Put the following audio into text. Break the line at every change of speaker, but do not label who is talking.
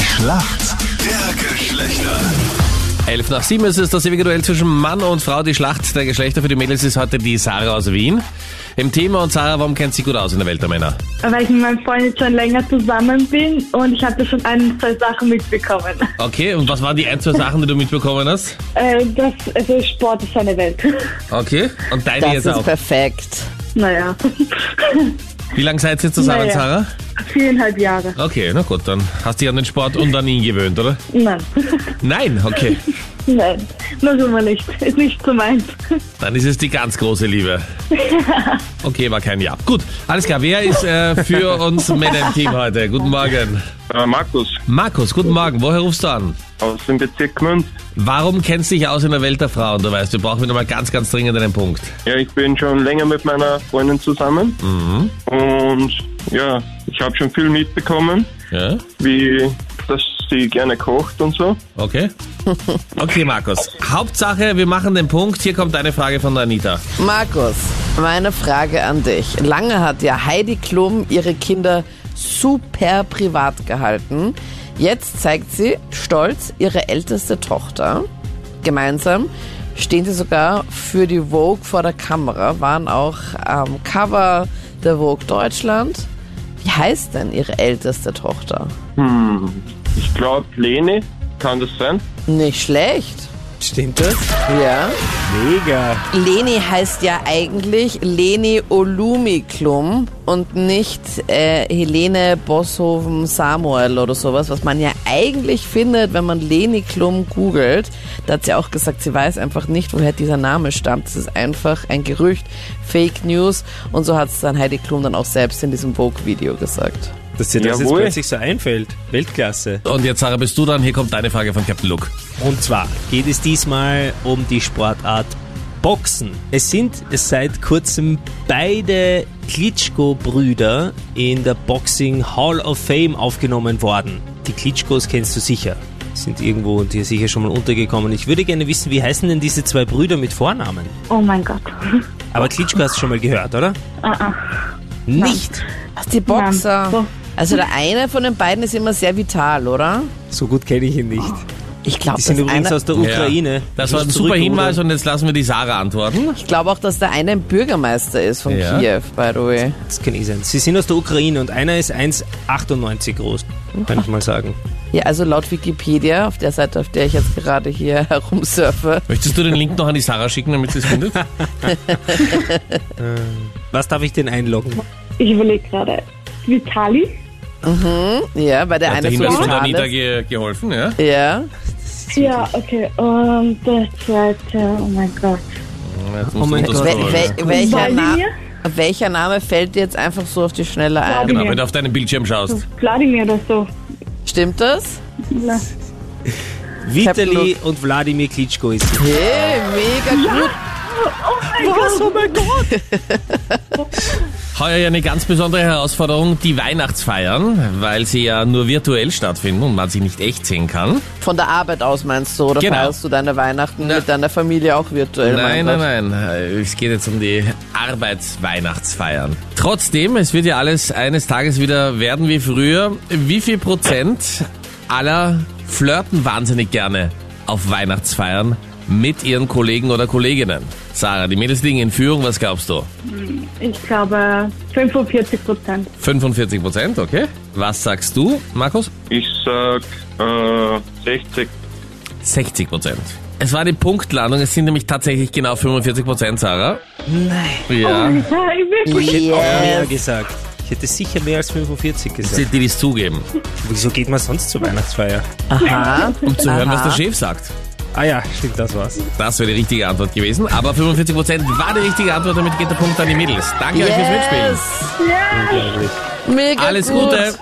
Schlacht der Geschlechter.
11 nach 7 ist es das ewige Duell zwischen Mann und Frau. Die Schlacht der Geschlechter für die Mädels ist heute die Sarah aus Wien. Im Thema und Sarah, warum kennt sie gut aus in der Welt der Männer?
Weil ich mit meinem Freund jetzt schon länger zusammen bin und ich habe da schon ein, zwei Sachen mitbekommen.
Okay, und was waren die ein, zwei Sachen, die du mitbekommen hast?
Äh, das, also Sport ist seine Welt.
Okay. Und deine
Das
jetzt
ist
auch.
perfekt.
Naja,
Wie lange seid ihr zusammen,
Naja.
Sarah?
viereinhalb Jahre.
Okay, na gut, dann hast du dich an den Sport und an ihn gewöhnt, oder?
Nein,
Nein, okay.
nein, nur so mal nicht. Ist nicht so meins.
Dann ist es die ganz große Liebe. Okay, war kein Ja. Gut, alles klar. Wer ist äh, für uns Männer im Team heute? Guten Morgen.
Äh, Markus
Markus, guten Morgen. Woher rufst du an?
aus dem Bezirk Münz.
Warum kennst du dich aus in der Welt der Frauen? Du weißt, wir brauchen wieder mal ganz, ganz dringend einen Punkt.
Ja, ich bin schon länger mit meiner Freundin zusammen. Und ja, ich habe schon viel mitbekommen,
Ja?
wie dass sie gerne kocht und so.
Okay. Okay, Markus. Hauptsache, wir machen den Punkt. Hier kommt eine Frage von Anita.
Markus, meine Frage an dich. Lange hat ja Heidi Klum ihre Kinder super privat gehalten. Jetzt zeigt sie stolz ihre älteste Tochter. Gemeinsam stehen sie sogar für die Vogue vor der Kamera, waren auch am Cover der Vogue Deutschland. Wie heißt denn ihre älteste Tochter?
Ich glaube, Leni, kann das sein?
Nicht schlecht.
Stimmt das?
Ja.
Mega.
Leni heißt ja eigentlich Leni Olumiklum und nicht äh, Helene Bosshoven Samuel oder sowas, was man ja eigentlich findet, wenn man Leni Klum googelt. Da hat sie auch gesagt, sie weiß einfach nicht, woher dieser Name stammt. Es ist einfach ein Gerücht, Fake News und so hat es dann Heidi Klum dann auch selbst in diesem Vogue-Video gesagt.
Dass dir das
Jawohl.
jetzt plötzlich so einfällt. Weltklasse.
Und jetzt, Sarah, bist du dran. Hier kommt deine Frage von Captain Luke.
Und zwar geht es diesmal um die Sportart Boxen. Es sind seit kurzem beide Klitschko-Brüder in der Boxing Hall of Fame aufgenommen worden. Die Klitschkos kennst du sicher. Sind irgendwo und dir sicher schon mal untergekommen. Ich würde gerne wissen, wie heißen denn diese zwei Brüder mit Vornamen?
Oh mein Gott.
Aber Klitschko hast du schon mal gehört, oder?
Ah, ah.
Nicht!
Ach, die
Ähm,
Boxer.
Nein.
Also der eine von den beiden ist immer sehr vital, oder?
So gut kenne ich ihn nicht.
Oh.
Ich glaube,
Die sind übrigens aus der Ukraine.
Ja. Das
Ich
war
muss
ein super
zurückrudern.
Hinweis und jetzt lassen wir die Sarah antworten.
Ich glaube auch, dass der eine ein Bürgermeister ist von
Ja.
Kiew, by the way.
Das kann ich sein. Sie sind aus der Ukraine und einer ist 1,98 groß, kann ich mal sagen.
Ja, also laut Wikipedia, auf der Seite, auf der ich jetzt gerade hier herumsurfe,
Möchtest du den Link noch an die Sarah schicken, damit sie es findet?
Was darf ich denn einloggen?
Ich überlege gerade. Vitali?
ja, bei der
Hat der
eine so
Hinweis von
total
Anita
ist.
ge geholfen, ja?
Ja,
Ja, okay. Und der zweite, oh mein Gott.
Jetzt musst
mein
du das
Gott.
wel
holen, ja.
wel welcher, Na
Wladimir?
welcher Name fällt dir jetzt einfach so auf die Schnelle ein?
Genau, wenn du auf deinen Bildschirm schaust.
Vladimir oder so.
Stimmt das?
Na,
Vitali und Wladimir Klitschko ist hier.
Hey, mega gut.
Was? Oh mein Gott!
Heuer ja eine ganz besondere Herausforderung, die Weihnachtsfeiern, weil sie ja nur virtuell stattfinden und man sie nicht echt sehen kann.
Von der Arbeit aus meinst du, oder
Genau.
feierst du deine Weihnachten
Na.
mit deiner Familie auch virtuell? mein
Nein,
Gott?
nein, nein. Es geht jetzt um die Arbeitsweihnachtsfeiern. Trotzdem, es wird ja alles eines Tages wieder werden wie früher. Wie viel Prozent aller flirten wahnsinnig gerne auf Weihnachtsfeiern mit ihren Kollegen oder Kolleginnen? Sarah, die Mädels liegen in Führung, was glaubst du?
Ich glaube 45 Prozent.
45 Prozent, okay. Was sagst du, Markus?
Ich sag äh, 60.
60 Prozent. Es war die Punktlandung, es sind nämlich tatsächlich genau 45 Prozent, Sarah. Nein. Ja,
Ja, ich wirklich.
Ich hätte auch mehr
Yes.
gesagt. Ich hätte sicher mehr als 45
die,
gesagt.
die es zugeben,
Wieso geht man sonst zur Weihnachtsfeier?
Aha.
um zu hören, was
Aha.
der Chef sagt.
Ah ja, stimmt, das war's.
Das wäre die richtige Antwort gewesen, aber 45 Prozent war die richtige Antwort, damit geht der Punkt an die Mädels. Danke euch fürs Mitspielen.
Yes.
Ja,
Mega
Alles
gut.
Gute.